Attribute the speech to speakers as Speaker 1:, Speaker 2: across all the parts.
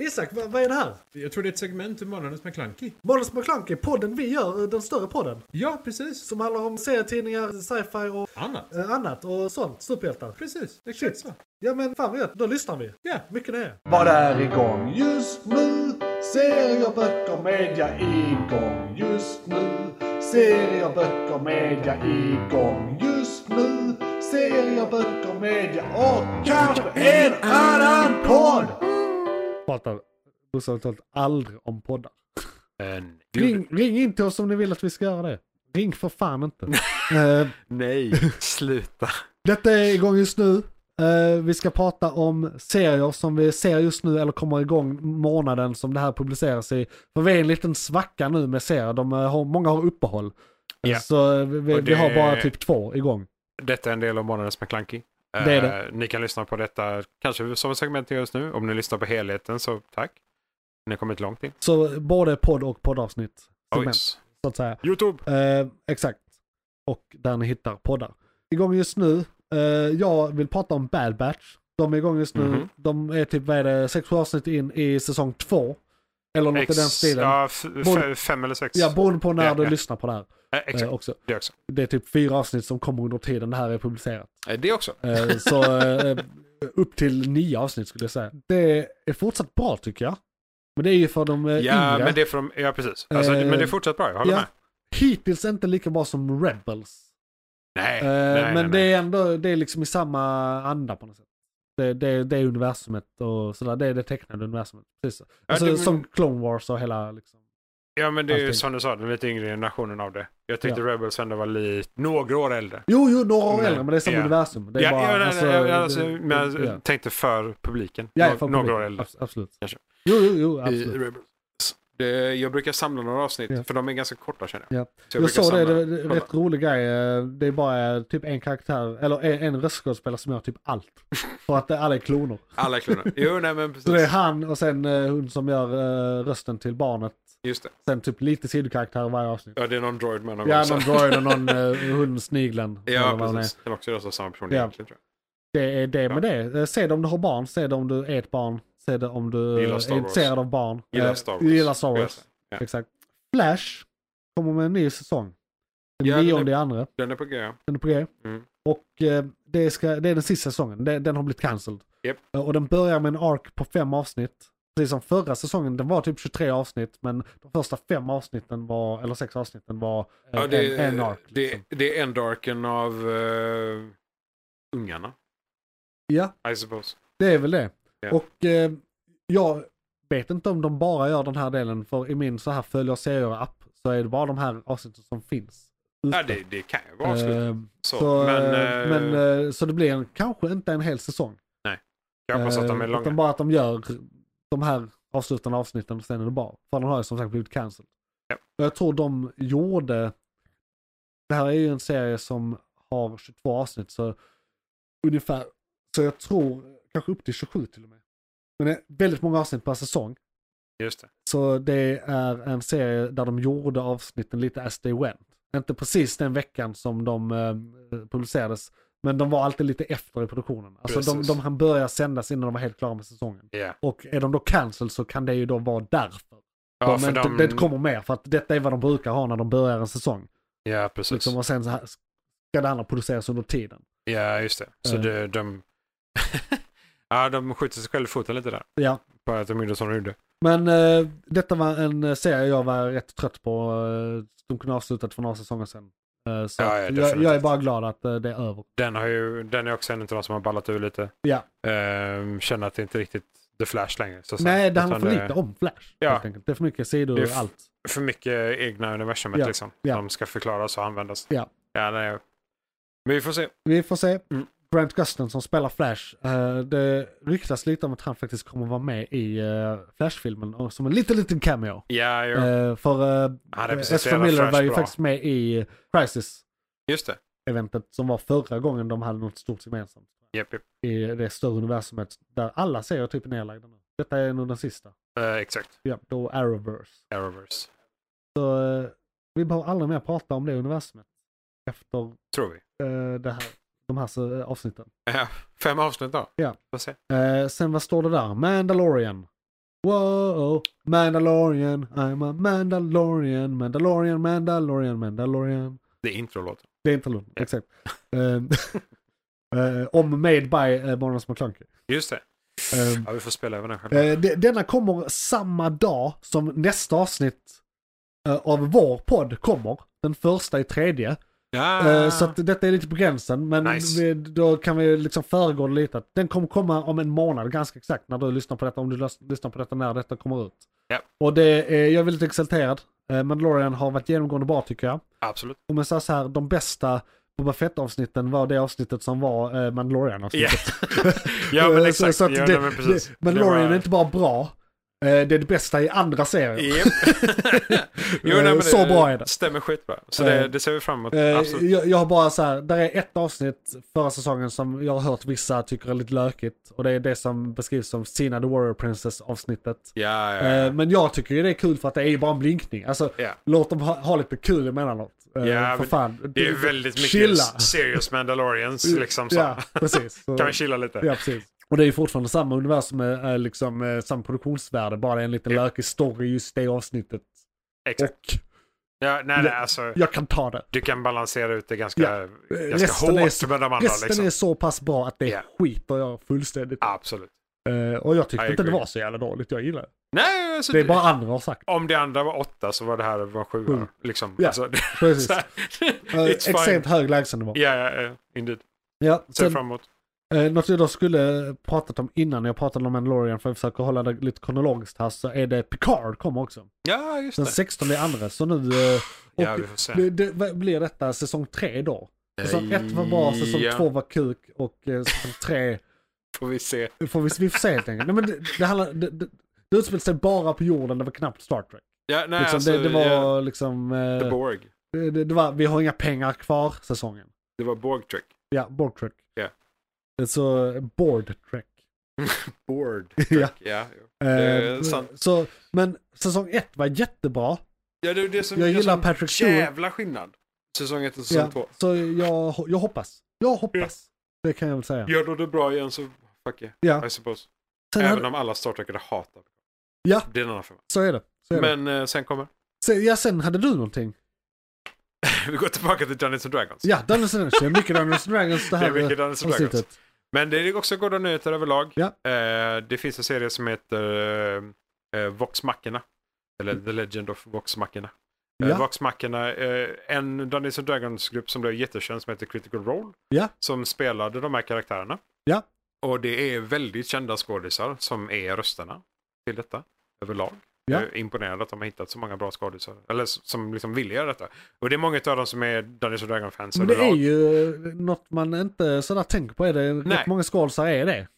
Speaker 1: Isak, vad, vad är det här?
Speaker 2: Jag tror det är ett segment ur Månadens McKlunky.
Speaker 1: Månadens McKlunky, podden vi gör, eh, den större podden.
Speaker 2: Ja, precis.
Speaker 1: Som handlar om serietidningar, sci-fi och
Speaker 2: Annat.
Speaker 1: eh, annat och sånt. Superhjältar.
Speaker 2: Precis, exakt
Speaker 1: Shit.
Speaker 2: så.
Speaker 1: Ja men fan vad gött, då lyssnar vi.
Speaker 2: Ja,
Speaker 1: Mycket nöje.
Speaker 3: Vad är igång just nu? Serier, böcker, media igång just nu. Serier, böcker, media igång just nu. Serier, böcker, media och kanske en annan podd.
Speaker 1: Pratar bokstavligt talat aldrig om poddar.
Speaker 4: Men,
Speaker 1: Ring, ring in till oss om ni vill att vi ska göra det. Ring för fan inte. Eh,
Speaker 4: Nej, sluta.
Speaker 1: Detta är igång just nu. Eh, vi ska prata om serier som vi ser just nu eller kommer igång månaden som det här publiceras i. För vi är i en liten svacka nu med serier. De eh, har, många har uppehåll. Eh,
Speaker 4: Ja.
Speaker 1: Så eh, vi, vi,
Speaker 4: Och
Speaker 1: vi har
Speaker 4: det-
Speaker 1: bara typ två igång.
Speaker 4: Detta är en del av Månadens McKlunky. Eh,
Speaker 1: Det är det.
Speaker 4: Ni kan lyssna på detta kanske som ett segment just nu. Om ni lyssnar på helheten så tack. Ni har kommit långt in.
Speaker 1: Så både podd och poddavsnitt.
Speaker 4: Oh,
Speaker 1: Segment,
Speaker 4: yes.
Speaker 1: så att säga.
Speaker 4: Youtube!
Speaker 1: Eh, exakt. Och där ni hittar poddar. Igång just nu. Eh, jag vill prata om Bad Batch. De är igång just nu.
Speaker 4: Mhm.
Speaker 1: De är typ, vad är det, sex sju avsnitt in i säsong två. Eller något i den stilen.
Speaker 4: ja, f-
Speaker 1: Både-
Speaker 4: f- fem eller sex.
Speaker 1: Ja, beroende på när
Speaker 4: Ja,
Speaker 1: du
Speaker 4: ja.
Speaker 1: lyssnar på det här.
Speaker 4: Eh,
Speaker 1: Eh,
Speaker 4: exakt,
Speaker 1: också.
Speaker 4: det också.
Speaker 1: Det är typ fyra avsnitt som kommer under tiden det här är publicerat.
Speaker 4: Eh, Det också.
Speaker 1: Eh, så eh, upp till nio avsnitt skulle jag säga. Det är fortsatt bra tycker jag. Men det är ju för de eh,
Speaker 4: Ja,
Speaker 1: yngre.
Speaker 4: men det är för de, ja precis. Alltså,
Speaker 1: Eh,
Speaker 4: men det är fortsatt bra, jag håller
Speaker 1: ja.
Speaker 4: med.
Speaker 1: Hittills inte lika bra som Rebels.
Speaker 4: Nej,
Speaker 1: Eh,
Speaker 4: nej,
Speaker 1: men
Speaker 4: nej,
Speaker 1: det
Speaker 4: nej.
Speaker 1: är ändå, det är liksom i samma anda på något sätt. Det, det, det är universumet och sådär, det är det tecknade universumet. Precis. Alltså,
Speaker 4: det-
Speaker 1: Som Clone Wars och hela liksom.
Speaker 4: Ja, men det är ju
Speaker 1: Allting.
Speaker 4: som du sa, den lite yngre generationen av det. Jag tyckte Rebels ändå var lite, några år äldre.
Speaker 1: Jo, jo, några år
Speaker 4: Men-
Speaker 1: äldre men det är samma
Speaker 4: ja.
Speaker 1: universum. Det är
Speaker 4: Ja,
Speaker 1: bara,
Speaker 4: ja, nej,
Speaker 1: alltså,
Speaker 4: nej, ja, alltså,
Speaker 1: det-
Speaker 4: men jag
Speaker 1: ja.
Speaker 4: tänkte för publiken.
Speaker 1: Ja,
Speaker 4: Nå-
Speaker 1: för
Speaker 4: några
Speaker 1: publiken.
Speaker 4: år äldre.
Speaker 1: Abs- Absolut.
Speaker 4: Kanske.
Speaker 1: Jo, jo, jo,
Speaker 4: I
Speaker 1: absolut.
Speaker 4: Rebels. Det, jag brukar samla några avsnitt,
Speaker 1: Ja.
Speaker 4: för de är ganska korta känner jag.
Speaker 1: Ja.
Speaker 4: Så
Speaker 1: Jag, såg det,
Speaker 4: brukar
Speaker 1: det
Speaker 4: samla-
Speaker 1: är en rätt rolig grej. eh, Det är bara eh, typ en karaktär, eller en, en röstskådespelare som gör typ allt. För att eh, alla är kloner.
Speaker 4: Alla kloner. Jo, nej men
Speaker 1: Så det är
Speaker 4: precis.
Speaker 1: han och sen eh, hon som gör eh, rösten till barnet.
Speaker 4: Just det.
Speaker 1: Sen typ lite sidokaraktär i varje avsnitt.
Speaker 4: Ja, det är någon droid med någon
Speaker 1: Ja,
Speaker 4: också.
Speaker 1: någon droid och någon eh, hund, sniglen. eller
Speaker 4: Ja,
Speaker 1: vad hon är.
Speaker 4: precis. Eller också är det alltså samma person
Speaker 1: Ja.
Speaker 4: egentligen tror
Speaker 1: Det är det med det. Eh, Se det om du har barn, se det om du är ett barn, se det om du eh,
Speaker 4: Gillar Star
Speaker 1: är
Speaker 4: Wars.
Speaker 1: intresserad av barn.
Speaker 4: jag. Gillar
Speaker 1: Eh,
Speaker 4: Star Wars.
Speaker 1: Gillar Star
Speaker 4: Gillar
Speaker 1: Wars.
Speaker 4: Star Wars. Ja.
Speaker 1: Exakt. Flash kommer med en ny säsong. Den
Speaker 4: Ja, den är-
Speaker 1: nionde i andra.
Speaker 4: Den är på G. ja.
Speaker 1: Den är på G.
Speaker 4: Mm.
Speaker 1: Och eh, det, ska, det är den sista säsongen. Den, den har blivit cancelled.
Speaker 4: Japp.
Speaker 1: Eh, Och den börjar med en ark på fem avsnitt. Precis som förra säsongen, den var typ 23 avsnitt men de första fem avsnitten var, eller sex avsnitten var eh,
Speaker 4: Ja, det,
Speaker 1: en, en ark.
Speaker 4: det,
Speaker 1: liksom.
Speaker 4: det är endarken av eh, ungarna,
Speaker 1: Ja,
Speaker 4: I suppose.
Speaker 1: det är väl det.
Speaker 4: Ja.
Speaker 1: Och eh, jag vet inte om de bara gör den här delen för i min så här följer serier-app så är det bara de här avsnitten som finns. ute.
Speaker 4: Ja, det, det kan ju vara slut.
Speaker 1: Eh,
Speaker 4: Så,
Speaker 1: så,
Speaker 4: men,
Speaker 1: eh,
Speaker 4: eh,
Speaker 1: men, eh, så det blir en, kanske inte en hel säsong.
Speaker 4: Jag hoppas att de är
Speaker 1: Eh,
Speaker 4: långa.
Speaker 1: Utan bara att de gör de här avslutande avsnitten och sen är det bra. För den har ju som sagt blivit cancelled.
Speaker 4: Ja.
Speaker 1: Och jag tror de gjorde, det här är ju en serie som har 22 avsnitt så ungefär, så jag tror kanske upp till 27 till och med. Men det är väldigt många avsnitt per säsong.
Speaker 4: Just det.
Speaker 1: Så det är en serie där de gjorde avsnitten lite as they went. Inte precis den veckan som de eh, publicerades, men de var alltid lite efter i produktionen. Alltså de,
Speaker 4: Precis.
Speaker 1: de hann börja sändas innan de var helt klara med säsongen.
Speaker 4: Ja.
Speaker 1: Och är de då cancel så kan det ju då vara därför.
Speaker 4: Ja,
Speaker 1: de
Speaker 4: för
Speaker 1: inte,
Speaker 4: de,
Speaker 1: Det kommer mer, för att detta är vad de brukar ha när de börjar en säsong.
Speaker 4: ja, precis.
Speaker 1: Liksom, och sen så här, ska det andra produceras under tiden.
Speaker 4: Ja, just det. Så
Speaker 1: Eh.
Speaker 4: det, de... ja, de skjuter sig själv i foten lite där.
Speaker 1: Ja.
Speaker 4: Bara att de gjorde som de gjorde.
Speaker 1: Men eh, detta var en eh, serie jag var rätt trött på. Eh, de kunde ha avslutat för några säsonger sedan. Eh, så
Speaker 4: Ja, ja,
Speaker 1: att jag,
Speaker 4: definitivt.
Speaker 1: jag är bara glad att eh, det är över.
Speaker 4: Den, har ju, den är också en av de som har ballat ur lite.
Speaker 1: Ja.
Speaker 4: Ehm, känner att det inte riktigt The Flash längre. Så att säga.
Speaker 1: Nej, det
Speaker 4: Utan
Speaker 1: handlar för
Speaker 4: det-
Speaker 1: lite om Flash.
Speaker 4: Ja.
Speaker 1: helt enkelt. Det är för mycket sidor
Speaker 4: Det är
Speaker 1: och
Speaker 4: f-
Speaker 1: allt.
Speaker 4: För mycket egna universumet
Speaker 1: Ja,
Speaker 4: liksom.
Speaker 1: ja.
Speaker 4: Som ska förklaras och användas.
Speaker 1: Ja.
Speaker 4: ja nej. Men vi får se.
Speaker 1: Vi får se.
Speaker 4: Mm.
Speaker 1: Grant Gustin som spelar Flash. eh, det ryktas lite om att han faktiskt kommer vara med i eh, Flash-filmen och som en liten, liten cameo.
Speaker 4: Ja, jo.
Speaker 1: Eh, för uh,
Speaker 4: Han representerar
Speaker 1: Ezra Miller
Speaker 4: Flash
Speaker 1: var ju
Speaker 4: bra.
Speaker 1: faktiskt med i Crisis-eventet
Speaker 4: Just det.
Speaker 1: som var förra gången de hade något stort gemensamt.
Speaker 4: Japp, japp.
Speaker 1: I det större universumet där alla serier typ är nedlagda nu. Detta är nog den sista.
Speaker 4: Eh, exakt.
Speaker 1: Ja, då Arrowverse.
Speaker 4: Arrowverse.
Speaker 1: Så eh, vi behöver aldrig mer prata om det universumet. Efter
Speaker 4: Tror vi.
Speaker 1: eh, det här, de här så- eh, avsnitten.
Speaker 4: Ja, fem avsnitt då.
Speaker 1: Ja.
Speaker 4: Får se.
Speaker 1: Eh, sen vad står det där? Mandalorian. Wow, Mandalorian, I'm a Mandalorian, Mandalorian, Mandalorian, Mandalorian.
Speaker 4: Det är introlåten.
Speaker 1: Det är inte Lund, exakt. Ehm, eh, Om Made by eh, Barnarnas McClunky.
Speaker 4: Just det.
Speaker 1: Ehm,
Speaker 4: Ja, vi får spela över den själva.
Speaker 1: eh, de- denna kommer samma dag som nästa avsnitt eh, av vår podd kommer. Den första i tredje.
Speaker 4: ja.
Speaker 1: Eh, Så att detta är lite på gränsen, men
Speaker 4: Ah. Nice.
Speaker 1: vi, då kan vi liksom föregå det lite. Den kommer komma om en månad ganska exakt när du lyssnar på detta, om du lys- lyssnar på detta när detta kommer ut.
Speaker 4: Ja.
Speaker 1: Och det är, jag är väldigt exalterad. Eh, Mandalorian har varit genomgående bra tycker jag.
Speaker 4: Absolut.
Speaker 1: Om jag säger så här, de bästa Boba Fett-avsnitten var det avsnittet som var eh, Mandalorian-avsnittet.
Speaker 4: Ja, ja men
Speaker 1: Eh,
Speaker 4: exakt.
Speaker 1: Så, så att
Speaker 4: ja,
Speaker 1: det,
Speaker 4: nej, men precis.
Speaker 1: det, Mandalorian
Speaker 4: Det var-
Speaker 1: är inte bara bra, eh, det är det bästa i andra serier.
Speaker 4: Japp. jo, nej,
Speaker 1: Eh,
Speaker 4: men det,
Speaker 1: så bra är det.
Speaker 4: Stämmer skitbra. Så
Speaker 1: Eh,
Speaker 4: det, det ser vi fram emot.
Speaker 1: Eh,
Speaker 4: Absolut.
Speaker 1: jag, jag har bara så här, där är ett avsnitt förra säsongen som jag har hört vissa tycker är lite lökigt. Och det är det som beskrivs som Sina the Warrior Princess avsnittet.
Speaker 4: Ja, ja, ja.
Speaker 1: Eh, men jag tycker ju det är kul för att det är ju bara en blinkning. Alltså,
Speaker 4: Ja.
Speaker 1: låt dem ha, ha lite kul emellanåt. Eh,
Speaker 4: Ja,
Speaker 1: för
Speaker 4: men
Speaker 1: fan.
Speaker 4: Det är väldigt mycket
Speaker 1: eh, Chilla.
Speaker 4: serious Mandalorians liksom. Så.
Speaker 1: Ja, precis. Så-
Speaker 4: Kan vi chilla lite?
Speaker 1: ja, precis. Och det är ju fortfarande samma universum, med, eh, liksom, eh, samma produktionsvärde, bara det är en liten
Speaker 4: Ja.
Speaker 1: lökig story just det avsnittet.
Speaker 4: Exakt.
Speaker 1: Och
Speaker 4: Ja, nej,
Speaker 1: Ja.
Speaker 4: nej, alltså.
Speaker 1: jag kan ta det.
Speaker 4: Du kan balansera ut det ganska,
Speaker 1: Ja.
Speaker 4: ganska
Speaker 1: Resten är
Speaker 4: hårt
Speaker 1: så-
Speaker 4: med de andra.
Speaker 1: Resten
Speaker 4: Liksom.
Speaker 1: är så pass bra att det
Speaker 4: Ja.
Speaker 1: skiter jag fullständigt i.
Speaker 4: Absolut.
Speaker 1: Eh, och jag tyckte
Speaker 4: I
Speaker 1: inte det
Speaker 4: agree.
Speaker 1: var så jävla dåligt, jag gillar det.
Speaker 4: Nej, alltså,
Speaker 1: Det är bara andra har sagt.
Speaker 4: om det andra var åtta så var det här var sju.
Speaker 1: Sju.
Speaker 4: Liksom.
Speaker 1: Ja,
Speaker 4: Alltså, det-
Speaker 1: Precis.
Speaker 4: så här,
Speaker 1: Eh,
Speaker 4: It's fine.
Speaker 1: Extremt hög lägstanivå.
Speaker 4: Ja, ja, ja, indeed.
Speaker 1: Ja,
Speaker 4: Ser
Speaker 1: sen,
Speaker 4: fram emot.
Speaker 1: eh, något jag då skulle pratat om innan jag pratade om Mandalorian, för jag försöker hålla det lite kronologiskt här, så är det Picard kommer också.
Speaker 4: Ja, just
Speaker 1: Den
Speaker 4: det.
Speaker 1: 16 i andra, så nu... eh, Och
Speaker 4: Ja, vi får se.
Speaker 1: det, det, vad blir detta säsong 3 då? Säsong 1 var bra, säsong 2
Speaker 4: Ja,
Speaker 1: var kuk och eh, säsong 3
Speaker 4: Får vi se.
Speaker 1: får vi, vi får se helt enkelt. Nej, men det, det, handlar, det, det, det utspelar sig bara på jorden, det var knappt Star Trek.
Speaker 4: Ja, nej,
Speaker 1: liksom,
Speaker 4: alltså,
Speaker 1: det, det var
Speaker 4: ja,
Speaker 1: liksom...
Speaker 4: The
Speaker 1: Eh,
Speaker 4: Borg.
Speaker 1: det, det, det var, vi har inga pengar kvar säsongen.
Speaker 4: Det var Borg-trick.
Speaker 1: Ja, board track.
Speaker 4: Ja.
Speaker 1: Så eh, board track.
Speaker 4: Board.
Speaker 1: ja.
Speaker 4: Ja, jo.
Speaker 1: Eh,
Speaker 4: eh, sant.
Speaker 1: så, men säsong ett var jättebra.
Speaker 4: ja, det är det som
Speaker 1: Jag
Speaker 4: det är
Speaker 1: gillar
Speaker 4: som
Speaker 1: Patrick Stewart.
Speaker 4: Jävla skillnad. Säsong 1 och säsong
Speaker 1: Ja,
Speaker 4: 2.
Speaker 1: så jag, ho- jag hoppas. Jag hoppas. Det kan jag väl säga.
Speaker 4: Gör du det bra igen så fuck yeah,
Speaker 1: Ja.
Speaker 4: I suppose.
Speaker 1: Sen,
Speaker 4: Även
Speaker 1: hade-
Speaker 4: om alla Star Trekare hatar
Speaker 1: Ja.
Speaker 4: Det är en annan fråga.
Speaker 1: så är det. Så är det.
Speaker 4: Men eh, sen kommer...
Speaker 1: Sen, ja, sen hade du någonting.
Speaker 4: vi går tillbaka till Dungeons and Dragons.
Speaker 1: Ja, Dungeons and Dragons. Mycket Dungeons and Dragons det
Speaker 4: Det
Speaker 1: här eh,
Speaker 4: är mycket Dungeons and Dragons.
Speaker 1: avsnittet.
Speaker 4: Men det är också goda nyheter överlag.
Speaker 1: Ja.
Speaker 4: Eh, det finns en serie som heter eh, Vox Machina. Eller The Legend of Vox Machina. Eh,
Speaker 1: Mm. Ja.
Speaker 4: Vox Machina, eh, en Dungeons and Dragons-grupp som blev jättekänd som heter Critical Role.
Speaker 1: Ja.
Speaker 4: Som spelade de här karaktärerna.
Speaker 1: Ja.
Speaker 4: Och det är väldigt kända skådisar som är rösterna till detta överlag.
Speaker 1: Ja.
Speaker 4: Eh, Imponerande att de har hittat så många bra skådisar. Eller s- som liksom vill göra detta. Och det är många av dem som är Dungeons and Dragons-fans
Speaker 1: Men det
Speaker 4: överlag.
Speaker 1: är ju eh, något man inte sådär tänker på. Är det
Speaker 4: Nej.
Speaker 1: rätt många skådisar är det.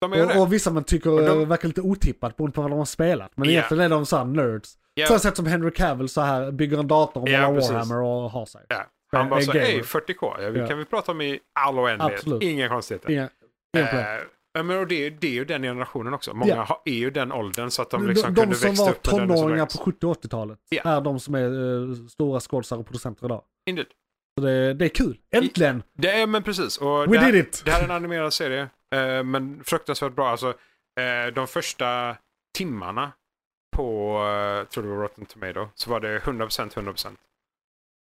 Speaker 4: De är det.
Speaker 1: Och, och vissa man tycker
Speaker 4: de-
Speaker 1: eh, verkar lite otippat beroende på vad de har spelat. Men
Speaker 4: Ja.
Speaker 1: egentligen är de såhär nerds.
Speaker 4: Ja.
Speaker 1: Samma sätt som Henry Cavill så här bygger en dator och
Speaker 4: Ja,
Speaker 1: målar
Speaker 4: precis.
Speaker 1: Warhammer och har sig.
Speaker 4: Ja.
Speaker 1: Eh,
Speaker 4: Han bara
Speaker 1: eh,
Speaker 4: så,
Speaker 1: gamer.
Speaker 4: hej 40K, ja, vi
Speaker 1: Ja.
Speaker 4: kan vi prata om i all
Speaker 1: Absolut.
Speaker 4: oändlighet. Inga konstigheter.
Speaker 1: Inga, inga problem.
Speaker 4: Eh, ja, men och det, är- det är ju den generationen också. Många
Speaker 1: Ja.
Speaker 4: har, är ju den åldern så att de
Speaker 1: de,
Speaker 4: liksom
Speaker 1: de
Speaker 4: kunde
Speaker 1: som
Speaker 4: växa
Speaker 1: var
Speaker 4: upp med Dungeons and
Speaker 1: tonåringar
Speaker 4: Dragons.
Speaker 1: på 70 och 80-talet
Speaker 4: Ja.
Speaker 1: är de som är eh, stora skådisar och producenter idag.
Speaker 4: Indeed.
Speaker 1: Så det, det är kul. Äntligen!
Speaker 4: Det är, men precis. Och
Speaker 1: We
Speaker 4: det, här,
Speaker 1: did it!
Speaker 4: det här är en animerad serie, eh, men fruktansvärt bra. Alltså, eh, de första timmarna på, eh, tror det var Rotten Tomato, så var det 100% 100%.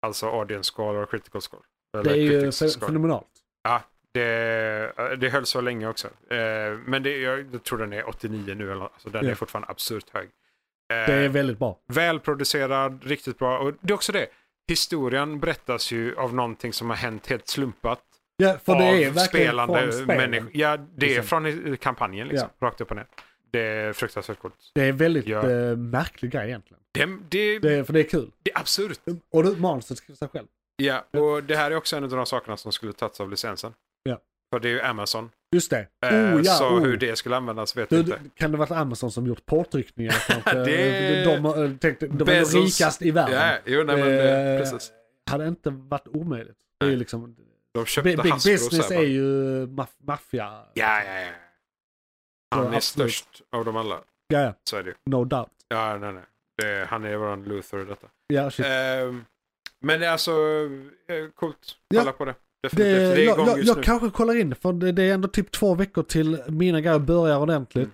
Speaker 4: Alltså audience score och critical score.
Speaker 1: Det
Speaker 4: Eller
Speaker 1: är ju
Speaker 4: critics
Speaker 1: fe-
Speaker 4: score.
Speaker 1: fenomenalt.
Speaker 4: Ja, det, eh, det höll så länge också. Eh, men det, jag tror den är 89 nu, eller, så den
Speaker 1: Ja.
Speaker 4: är fortfarande absurt hög.
Speaker 1: Det är
Speaker 4: Eh,
Speaker 1: väldigt bra.
Speaker 4: Välproducerad, riktigt bra. Och det är också det, historien berättas ju av någonting som har hänt helt slumpat.
Speaker 1: Ja, för det är
Speaker 4: av
Speaker 1: verkligen från
Speaker 4: spelande
Speaker 1: spelen.
Speaker 4: människor. Ja, det är
Speaker 1: Liksom.
Speaker 4: från i- kampanjen liksom, rakt upp och ner. Det är fruktansvärt coolt.
Speaker 1: Det är väldigt
Speaker 4: Ja.
Speaker 1: eh, märklig grej egentligen.
Speaker 4: Det, det, det,
Speaker 1: Det, är- för det är kul.
Speaker 4: är absurt.
Speaker 1: Och det- manuset skriver sig själv.
Speaker 4: Ja, och det här är också en av de sakerna som skulle tagits av licensen.
Speaker 1: Ja.
Speaker 4: För det är ju Amazon.
Speaker 1: Just det.
Speaker 4: Eh,
Speaker 1: oh ja,
Speaker 4: så
Speaker 1: oh.
Speaker 4: hur det skulle användas vet jag
Speaker 1: Du,
Speaker 4: inte.
Speaker 1: kan det varit Amazon som gjort påtryckningar? kanske? De,
Speaker 4: Det-
Speaker 1: de, de, tänkte- de var ju
Speaker 4: Bezos.
Speaker 1: rikast i världen.
Speaker 4: Ja, jo, nej, men, eh,
Speaker 1: Eh,
Speaker 4: precis.
Speaker 1: Hade inte varit omöjligt. Det är ju liksom,
Speaker 4: De köpte
Speaker 1: big big
Speaker 4: Hasbro
Speaker 1: business
Speaker 4: så här
Speaker 1: är
Speaker 4: bara.
Speaker 1: ju maf- maffia.
Speaker 4: Ja, ja, ja. Han
Speaker 1: Ja,
Speaker 4: är
Speaker 1: absolut.
Speaker 4: störst av dem alla.
Speaker 1: Ja, ja.
Speaker 4: Så är det ju.
Speaker 1: No doubt.
Speaker 4: Ja, nej, nej. Det, han är våran Luther i detta.
Speaker 1: Ja, shit.
Speaker 4: Ehm, men det är alltså eh, coolt.
Speaker 1: Ja.
Speaker 4: Kolla på det. Definitivt.
Speaker 1: Det,
Speaker 4: Det, är
Speaker 1: jag
Speaker 4: igång
Speaker 1: jag,
Speaker 4: just
Speaker 1: jag
Speaker 4: nu. Mm.
Speaker 1: kanske kollar in för det, det är ändå typ två veckor till mina grejer börjar ordentligt.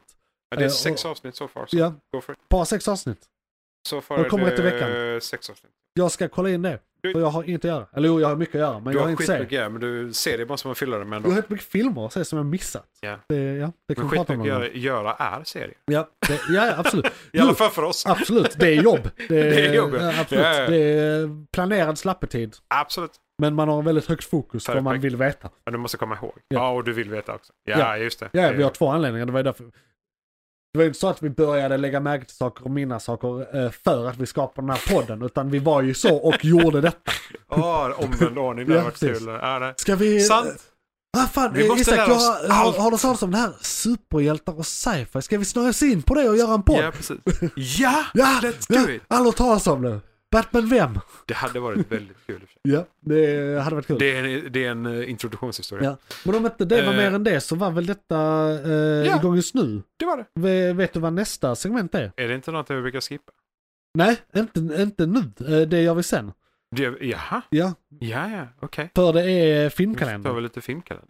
Speaker 4: Ja, det är
Speaker 1: Eh,
Speaker 4: sex
Speaker 1: och-
Speaker 4: avsnitt så so far. Så
Speaker 1: Ja,
Speaker 4: go for it.
Speaker 1: bara sex avsnitt.
Speaker 4: So far
Speaker 1: Och
Speaker 4: är
Speaker 1: kommer
Speaker 4: det eh,
Speaker 1: ett i veckan.
Speaker 4: sex avsnitt.
Speaker 1: Jag ska kolla in det. För jag har inte att göra. Eller jo, jag har mycket att göra, men
Speaker 4: Du
Speaker 1: jag har
Speaker 4: har
Speaker 1: inte sett.
Speaker 4: skitmycket att göra, men du ser det bara som man fyller det med
Speaker 1: Jag har
Speaker 4: ändå.
Speaker 1: helt mycket filmer att se som jag missat.
Speaker 4: Ja.
Speaker 1: Det, ja, det kan
Speaker 4: Men
Speaker 1: vi prata om.
Speaker 4: skitmycket
Speaker 1: någon gång.
Speaker 4: att göra är serier.
Speaker 1: Ja, det, ja, ja, absolut.
Speaker 4: I alla fall för oss.
Speaker 1: Absolut, det är jobb. Det är,
Speaker 4: Det är jobb, ja.
Speaker 1: ja, absolut.
Speaker 4: Ja, ja.
Speaker 1: Det är planerad slappetid.
Speaker 4: Absolut.
Speaker 1: Men man har väldigt högt fokus för
Speaker 4: Perfekt.
Speaker 1: man vill veta.
Speaker 4: Men du måste komma ihåg.
Speaker 1: Ja.
Speaker 4: Ja, och du vill veta också. Ja,
Speaker 1: Ja.
Speaker 4: just det.
Speaker 1: Ja, ja,
Speaker 4: Det-
Speaker 1: vi har två anledningar. Det var ju därför. Det var ju inte så att vi började lägga märke till saker och minnas saker eh, för att vi skapade den här podden. Utan vi var ju så och gjorde detta.
Speaker 4: Ja, omvänd ordning. Det
Speaker 1: Ja,
Speaker 4: har varit
Speaker 1: precis.
Speaker 4: kul. Ja, det.
Speaker 1: Ska vi...
Speaker 4: Sant.
Speaker 1: Ah, fan,
Speaker 4: Vi
Speaker 1: eh,
Speaker 4: måste
Speaker 1: Isak,
Speaker 4: lära
Speaker 1: jag
Speaker 4: oss
Speaker 1: har, har,
Speaker 4: allt.
Speaker 1: har du talat om det här? Superhjältar och sci-fi. Ska vi snöa oss in på det och göra en podd?
Speaker 4: Ja, precis. Ja!
Speaker 1: Ja,
Speaker 4: Let's
Speaker 1: ja,
Speaker 4: do it.
Speaker 1: alla har hört talas om det. Batman vem?
Speaker 4: Det hade varit väldigt kul. i och för sig.
Speaker 1: Ja, det hade varit kul.
Speaker 4: Det är en, det är en eh, introduktionshistoria.
Speaker 1: Ja. Men om inte det var
Speaker 4: Eh.
Speaker 1: mer än det så var väl detta eh,
Speaker 4: Ja.
Speaker 1: igång just nu.
Speaker 4: Det var det.
Speaker 1: V- vet du vad nästa segment är?
Speaker 4: Är det inte något vi brukar skippa?
Speaker 1: Nej, inte, inte nu. Eh, det gör vi sen.
Speaker 4: Det, jaha,
Speaker 1: Ja,
Speaker 4: ja, ja, okej.
Speaker 1: för det är
Speaker 4: Vi tar
Speaker 1: filmkalendern.
Speaker 4: väl lite filmkalender.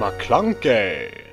Speaker 3: McClunkey.